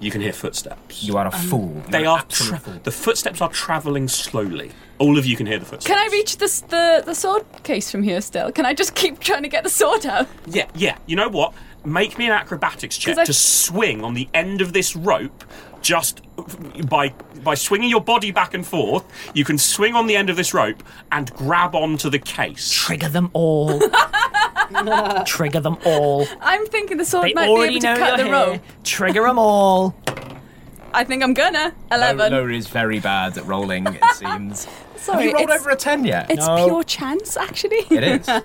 You can hear footsteps.
You are a Um, fool.
They
You're an
are
absolute
tra- the footsteps are travelling slowly. All of you can hear the footsteps.
Can I reach this, the, the sword case from here still? Can I just keep trying to get the sword out?
Yeah, yeah. You know what? Make me an acrobatics check
'Cause I-
to swing on the end of this rope. Just by by swinging your body back and forth, you can swing on the end of this rope and grab onto the case.
Trigger them all. Trigger them all.
I'm thinking the sword
They
might be
already
able to
know
cut the
you're here.
rope.
Trigger them all.
I think I'm gonna. 11.
Lola is very bad at rolling, it seems.
Sorry,
Have you rolled
it's-
over a 10 yet?
It's pure chance, actually.
It is.
yeah,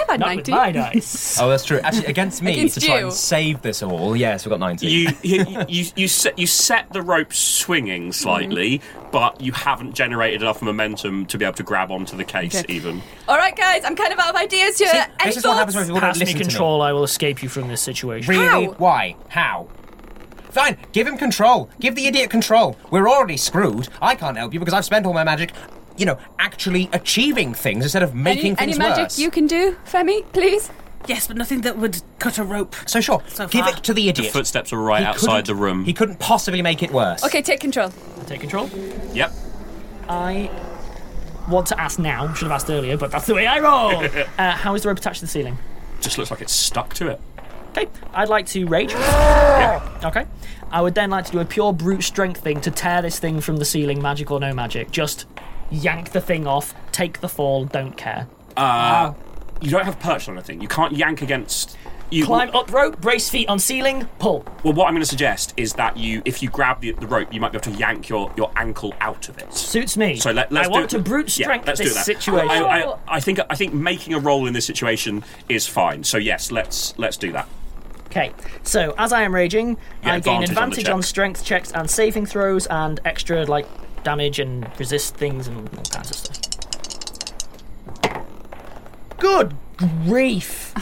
I've had 90.
oh, that's true. Actually, against me
Against
to try
you.
and save this all. Yes, we got 19.
You you, you, you, set, you set the rope swinging slightly,
Mm-hmm.
but you haven't generated enough momentum to be able to grab onto the case
Okay.
even.
All right, guys, I'm kind of out of ideas here. Any thoughts?
Pass me
listen to me.
control, I will escape you from this situation.
Really? Why? How? Fine, give him control. Give the idiot control. We're already screwed. I can't help you because I've spent all my magic, you know, actually achieving things instead of making
any,
things
any magic
worse.
you can do, Femi, please?
Yes, but nothing that would cut a rope.
So sure, give
far.
it to the idiot.
footsteps are right outside the room.
He couldn't possibly make it worse.
Okay, take control.
Take control.
Yep.
I want to ask now. Should have asked earlier, but that's the way I roll. uh, how is the rope attached to the ceiling?
Just looks like it's stuck to it.
Okay, I'd like to rage. Okay. I would then like to do a pure brute strength thing to tear this thing from the ceiling, magic or no magic. Just yank the thing off, take the fall, don't care.
Uh, You don't have perch on anything. You can't yank against. You
Climb up rope, brace feet on ceiling, pull.
Well, what I'm going to suggest is that you, if you grab the, the rope, you might be able to yank your, your ankle out of it.
Suits me.
So let, let's
I
do
want
it.
to brute
Yeah,
strength
let's do
this
that.
situation.
I, I, I think I think making a roll in this situation is fine. So yes, let's let's do that.
Okay, so as I am raging,
You get
I
advantage
gain
on the
advantage on,
checks.
strength checks and saving throws and extra like damage and resist things and all kinds of stuff. Good grief!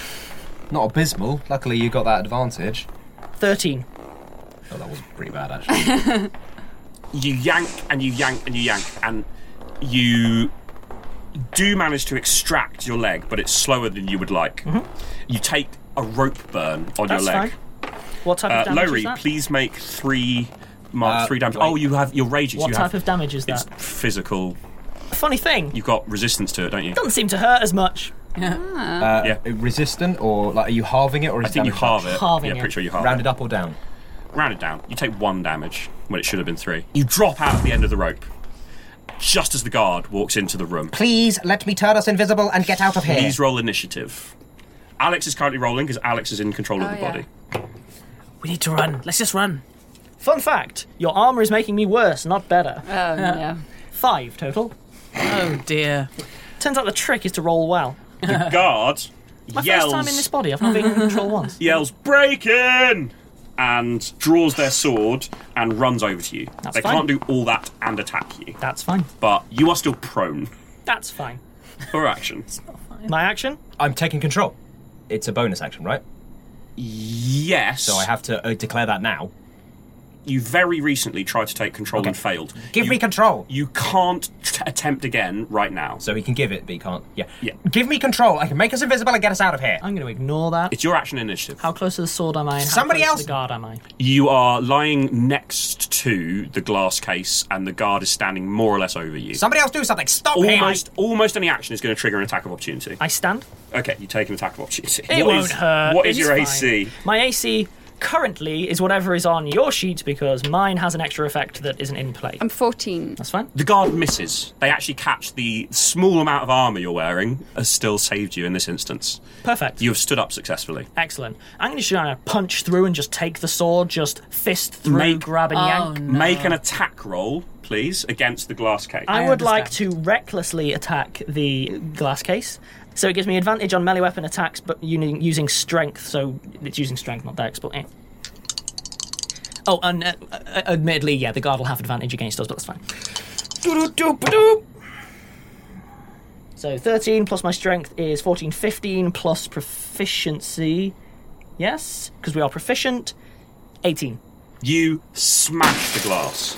Not abysmal. Luckily, you got that advantage.
13.
Oh, that was pretty bad, actually.
you yank and you yank and you yank and you do manage to extract your leg, but it's slower than you would like. You take a rope burn on
Mm-hmm. That's
your leg.
fine. What type
Uh,
of damage
Lowry,
is that?
please make three mark
Uh,
three damage.
wait.
Oh, you have you're raging. so
What
you
type
have
of damage is that?
physical.
Funny thing,
You've got resistance to it, don't you?
doesn't seem to hurt as much.
Uh, Resistant, or like, are you halving it, or is
I think you
damage
halve
done?
it. yeah, pretty sure you halve
Rounded
it.
up or down?
Rounded down. You take one damage when it should have been three. You drop out at the end of the rope just as the guard walks into the room.
Please let me turn us invisible and get out of here.
Please roll initiative. Alex is currently rolling because Alex is in control of
Oh,
the
yeah.
body.
We need to run. Let's just run. Fun fact: your armor is making me worse, not better. Oh
yeah.
Five total.
Oh dear.
Turns out the trick is to roll well.
The guard
My
yells,
first time in this body. I've not been in control once.
yells, "Break in!" and draws their sword and runs over to you.
That's
they
fine.
can't do all that and attack you.
That's fine.
But you are still prone
That's fine.
for action.
My action?
I'm taking control. It's a bonus action, right?
Yes.
So I have to uh, declare that now.
you very recently tried to take control and failed.
Give
You-
me control.
You can't t- attempt again right now.
So he can give it, but he can't. Yeah. yeah. Give me control. I can make us invisible and get us out of here.
I'm going to ignore that.
It's your action initiative.
How close to the sword am I? And how
Somebody
close to
else-
the guard am I?
You are lying next to the glass case, and the guard is standing more or less over you.
Somebody else do something. Stop him.
Almost, almost any action is going to trigger an attack of opportunity.
I stand.
Okay, you take an attack of opportunity.
It
What
won't
is-
hurt.
What is
It's
your
fine.
AC?
My AC currently is whatever is on your sheet because mine has an extra effect that isn't in play.
I'm 14.
That's fine.
The guard misses. They actually catch the small amount of armour you're wearing has still saved you in this instance.
Perfect.
You have stood up successfully.
Excellent. I'm just going to punch through and just take the sword, just fist through, grab and yank.
Make an attack roll, please, against the glass case.
I, would like to recklessly attack the glass case. So it gives me advantage on melee weapon attacks, but uni- using strength. So it's using strength, not dex, but. Eh. Oh, and uh, uh, admittedly, yeah, the guard will have advantage against us, but that's fine. Doo-doo-doo-ba-doo. So 13 plus my strength is 14, 15 plus proficiency. Yes, because we are proficient. 18.
You smash the glass.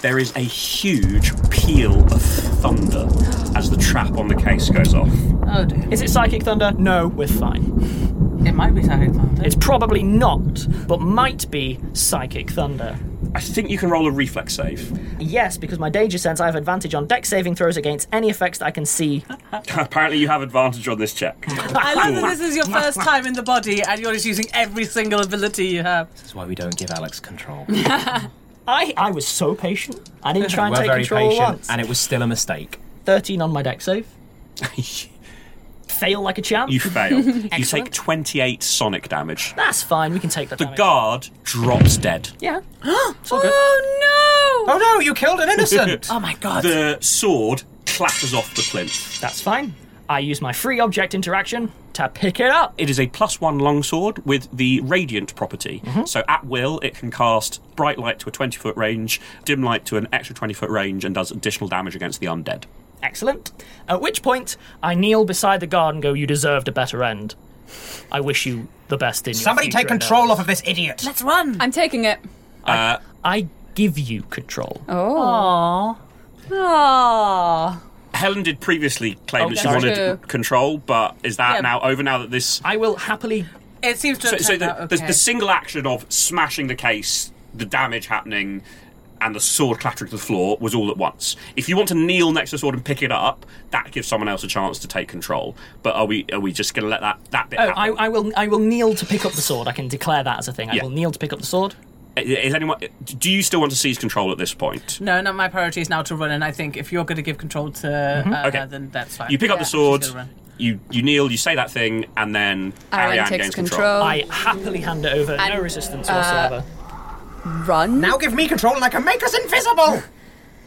There is a huge peal of thunder as the trap on the case goes off.
Oh dear. Is it psychic thunder? No, we're fine.
It might be psychic thunder.
It's probably not, but might be psychic thunder.
I think you can roll a reflex save.
Yes, because my danger sense, I have advantage on deck saving throws against any effects that I can see.
Apparently, you have advantage on this check.
I love that this is your first time in the body and you're just using every single ability you have.
That's why we don't give Alex control.
I, I was so patient. I didn't try and
We're
take
very
control
patient,
once.
and it was still a mistake.
13 on my deck save. Fail like a champ.
You fail. you
Excellent.
take 28 sonic damage.
That's fine, we can take that
The
damage.
guard drops dead.
Yeah.
oh
no! Oh no, you killed an innocent!
oh my god.
The sword clatters off the plinth.
That's fine. I use my free object interaction to pick it up.
It is a plus one longsword with the radiant property.
Mm-hmm.
So at will, it can cast bright light to a 20 foot range, dim light to an extra 20 foot range, and does additional damage against the undead.
Excellent. At which point, I kneel beside the guard and go, You deserved a better end. I wish you the best in your
Somebody
future
take control
endeavors."
off of this idiot.
Let's run.
I'm taking it.
I,
I give you control.
Oh.
Hmm.
Aww.
Helen did previously claim
Oh,
that she
that's
wanted
true.
control, but is that
Yeah.
now over now that this.
I will happily.
It seems to
So,
have
so
turned
the,
out
the,
okay.
the single action of smashing the case, the damage happening, and the sword clattering to the floor was all at once. If you want to kneel next to the sword and pick it up, that gives someone else a chance to take control. But are we are we just going to let that, that bit
Oh,
happen?
I, I will. I will kneel to pick up the sword. I can declare that as a thing. I
Yeah.
will kneel to pick up the sword.
Is anyone? Do you still want to seize control at this point?
No, not my priority is now to run, and I think if you're going to give control to uh,
Okay.
then that's fine.
You pick up the
Yeah,
sword.
she's gonna run.
You you kneel. You say that thing, and then
Ariane
Ariane
takes
gains
control.
I happily hand it over. no
And,
resistance
uh,
whatsoever.
Run?
Now give me control and I can make us invisible!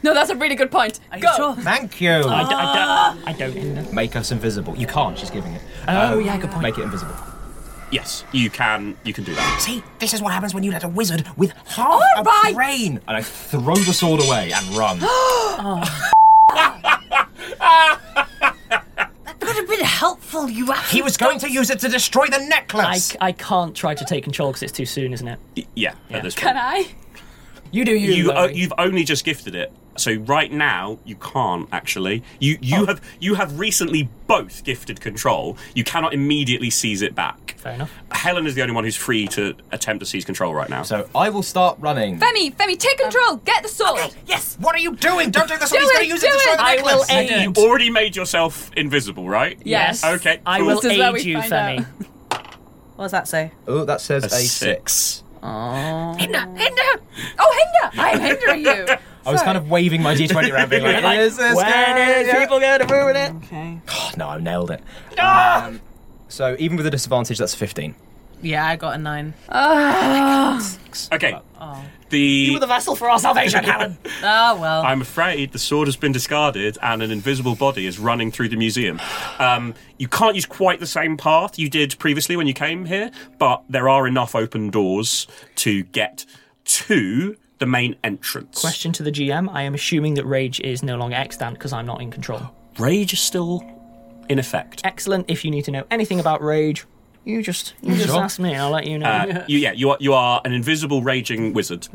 No, that's a really good point. Go.
Thank you.
I, d- I d- I don't.
Make us invisible. You can't. She's giving it. Um,
Oh, yeah, good point.
Make it invisible.
Yes, you can. You can do that.
See, this is what happens when you let a wizard with half a brain. And I throw the sword away and run.
That could have been helpful, you
he was going to use it to destroy the
I,
necklace.
c- I can't try to take control because it's too soon, isn't it?
Y- Yeah, at this point.
Can I?
You do you.
You uh,
Larry.
you've only just gifted it, so right now you can't actually. You you
Oh.
have you have recently both gifted control. You cannot immediately seize it back.
Fair enough.
Helen is the only one who's free to attempt to seize control right now.
So I will start running.
Femi, Femi, take control. Get the sword.
Yes. What are you doing? Don't take the
Do
sword. He's going
it,
to use it
do
to destroy
it.
the
I will
necklace.
aid
You already made yourself invisible, right?
Yes.
Okay.
I
cool.
will
This is where
aid
we
you,
find
Femi.
What does that say?
Oh, that says
A
a six.
Oh.
Hinder, hinder. Oh, hinder. I am Mm. hindering you.
I was kind of waving my d20 around, being like,
Like,
"Is this
when
good?
is people going to ruin it?" Ah!
Okay.
Oh, no, I nailed it. Um, so even with a disadvantage, that's 15.
Yeah, I got a nine.
Okay.
Oh.
The
You were the vessel for our salvation, Helen.
Oh well.
I'm afraid the sword has been discarded and an invisible body is running through the museum. Um, you can't use quite the same path you did previously when you came here, but there are enough open doors to get to the main entrance.
Question to the GM: I am assuming that rage is no longer extant because I'm not in control.
Rage is still in effect.
Excellent. If you need to know anything about rage, you just you just ask me. and I'll let you know.
Uh, you, yeah, you are, you are an invisible raging wizard.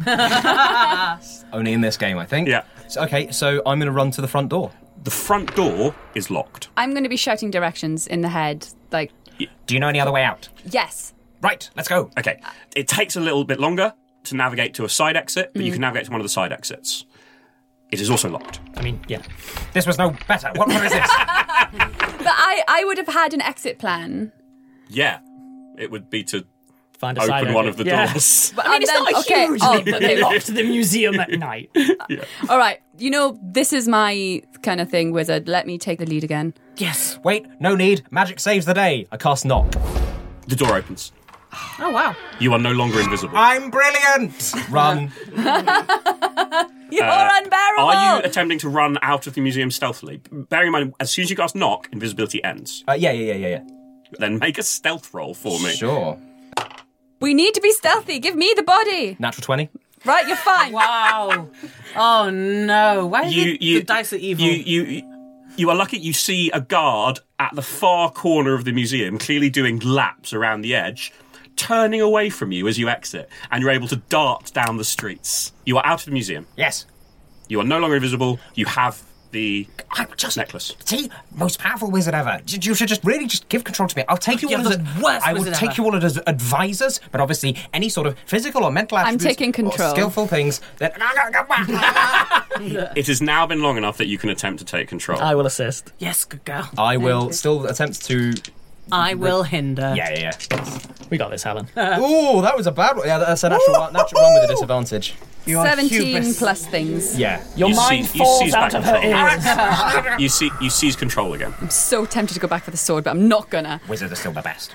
Only in this game, I think.
Yeah.
So, okay, so I'm going to run to the front door.
The front door is locked.
I'm going to be shouting directions in the head. Like,
Do you know any other way out?
yes.
Right, let's go.
Okay. It takes a little bit longer to navigate to a side exit,
Mm.
but you can navigate to one of the side exits. It is also locked.
I mean, yeah.
This was no better. What, what is this?
But I, I would have had an exit plan.
Yeah. It would be to
Find
a Open side one exit. of the
yeah.
doors.
But, I mean, it's
And then-
not
okay,
hugely
oh, okay.
locked to the museum at night.
All right, you know, this is my kind of thing, wizard. Let me take the lead again.
Yes. Wait, no need. Magic saves the day. I cast knock.
The door opens.
Oh, wow.
You are no longer invisible.
I'm brilliant. Run.
You're
Uh,
unbearable.
Are you attempting to run out of the museum stealthily? Bear in mind, as soon as you cast knock, invisibility ends.
Uh, yeah, yeah, yeah, yeah,
yeah. Then make a stealth roll for me.
Sure.
we need to be stealthy. Give me the body.
Natural 20.
Right, you're fine.
wow. Oh no! Why did
You, you,
the dice are evil?
You, you, you are lucky. You see a guard at the far corner of the museum, clearly doing laps around the edge, turning away from you as you exit, and you're able to dart down the streets. You are out of the museum.
Yes.
You are no longer invisible. You have the necklace.
See, most powerful wizard ever. J- You should just really just give control to me. I'll take you
You're
all as
the
a-
worst
I will
wizard
take
ever.
you all as advisors, but obviously any sort of physical or mental
I'm
attributes
taking
or
control.
skillful things that
It has now been long enough that you can attempt to take control.
I will assist.
Yes, good girl.
I will still attempt to.
I will hinder.
Yeah, yeah, yeah.
We got this, Helen.
Uh.
Ooh, that was a bad one. Yeah, that's a natural one, natural one with a disadvantage.
You are
17
hubris.
plus things.
Yeah.
You see- you seize back
her
control. you see, you seize control again.
I'm so tempted to go back for the sword, but I'm not gonna.
Wizards are still the best.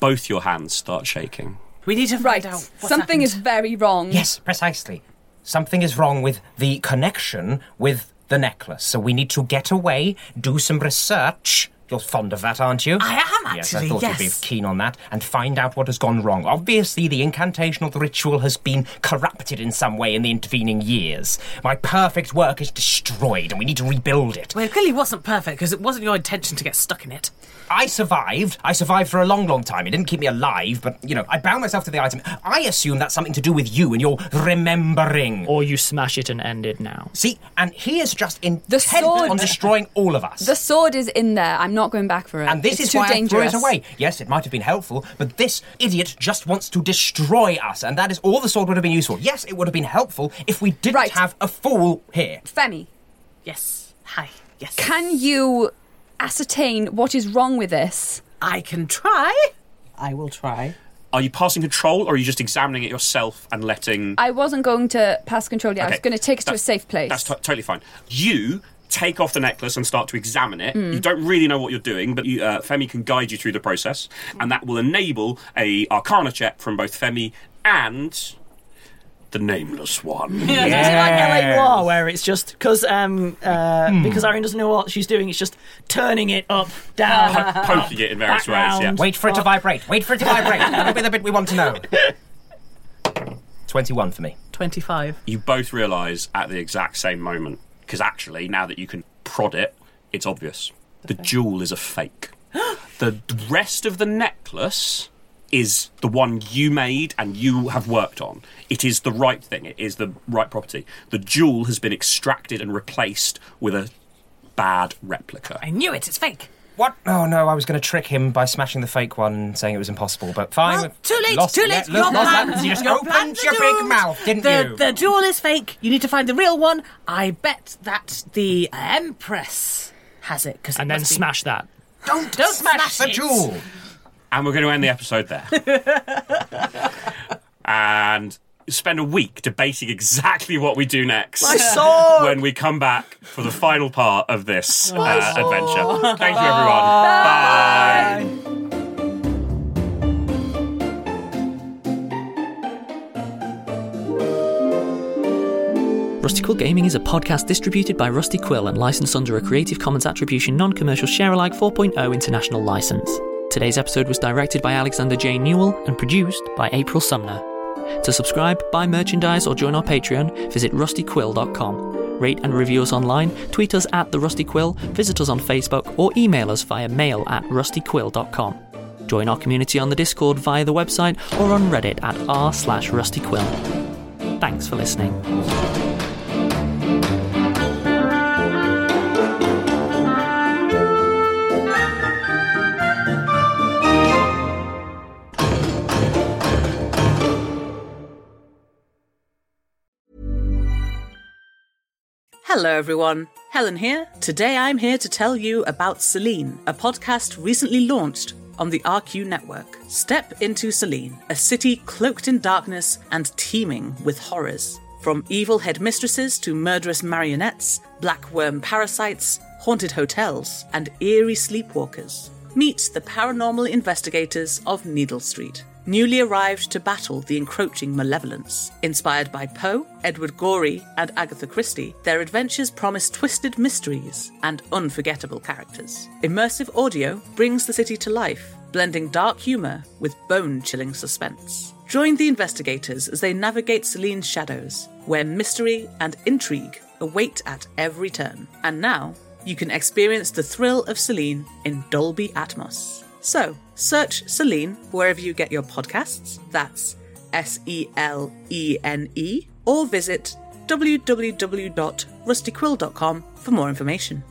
Both your hands start shaking.
We need to
right. Something is very wrong.
Yes, precisely. Something is wrong with the connection with the necklace. So we need to get away, do some research. You're fond of that, aren't you?
I am,
Yes, I
actually,
thought you'd be
yes.
keen on that and find out what has gone wrong. Obviously, the incantation or the ritual has been corrupted in some way in the intervening years. My perfect work is destroyed and we need to rebuild it.
Well, it clearly wasn't perfect because it wasn't your intention to get stuck in it.
I survived. I survived for a long, long time. It didn't keep me alive, but, you know, I bound myself to the item. I assume that's something to do with you and your remembering.
Or you smash it and end it now.
See, and he is just intent
sword.
on destroying all of us.
The sword is in there. I'm not going back for it.
and this
It's
is
too
why
dangerous.
I threw it away. Yes, it might have been helpful, but this idiot just wants to destroy us, and that is all the sword would have been useful. Yes, it would have been helpful if we didn't have a fool here.
Femi.
Yes. Hi. Yes.
Can you ascertain what is wrong with this?
I can try. I will try.
Are you passing control, or are you just examining it yourself and letting?
I wasn't going to pass control yet. I was
Okay,
going to take us to a
that's-
safe place.
That's to- totally fine. You take off the necklace and start to examine it.
Mm.
You don't really know what you're doing, but you, uh, Femi can guide you through the process, and that will enable a Arcana check from both Femi and the Nameless One.
Yeah, it's actually like LA Noir, where it's just because um, uh,
Hmm.
because Irene doesn't know what she's doing. It's just turning it up, down,
Po- poking it in various ways. Yeah.
Background.
Wait for it to vibrate. Wait for it to vibrate. That'll be the bit we want to know. Twenty-one for me.
Twenty-five.
you both realise at the exact same moment, because actually, now that you can prod it, it's obvious. The jewel is a fake. the rest of the necklace is the one you made and you have worked on. It is the right thing, it is the right property. The jewel has been extracted and replaced with a bad replica.
I knew it. It's fake.
What? Oh no! I was going to trick him by smashing the fake one and saying it was impossible, but fine.
Well, too late.
Lost-
too late.
lo-
your
lost
plans.
that. You just
your
opened
plans
your
are
big
doomed.
mouth, didn't
the,
you?
The jewel is fake. You need to find the real one. I bet that the Empress has it. Cause it
and then
must be-
smash that.
Don't, don't smash, it.
And we're going to end the episode there. and spend a week debating exactly what we do next.
My sword!
When we come back for the final part of this uh,
My
adventure.
sword! Ah.
Thank you, everyone. Bye.
Rusty Quill Gaming is a podcast distributed by Rusty Quill and licensed under a Creative Commons Attribution Non Commercial Sharealike 4.0 international license. Today's episode was directed by Alexander J. Newell and produced by April Sumner. To subscribe, buy merchandise, or join our Patreon, visit rustyquill.com. Rate and review us online, tweet us at The Rusty Quill, visit us on Facebook, or email us via mail at rustyquill.com. Join our community on the Discord via the website or on Reddit at r slash rustyquill. Thanks for listening.
Hello, everyone. Helen here. Today I'm here to tell you about Celine, a podcast recently launched on the RQ network. Step into Selene, a city cloaked in darkness and teeming with horrors. From evil headmistresses to murderous marionettes, black worm parasites, haunted hotels, and eerie sleepwalkers. Meet the paranormal investigators of Needle Street, newly arrived to battle the encroaching malevolence. Inspired by Poe, Edward Gorey, and Agatha Christie, their adventures promise twisted mysteries and unforgettable characters. Immersive audio brings the city to life, blending dark humour with bone chilling suspense. Join the investigators as they navigate Celine's shadows, where mystery and intrigue await at every turn. And now, you can experience the thrill of Celine in Dolby Atmos. So, search Celine wherever you get your podcasts. That's S E L E N E, or visit www.rustyquill.com for more information.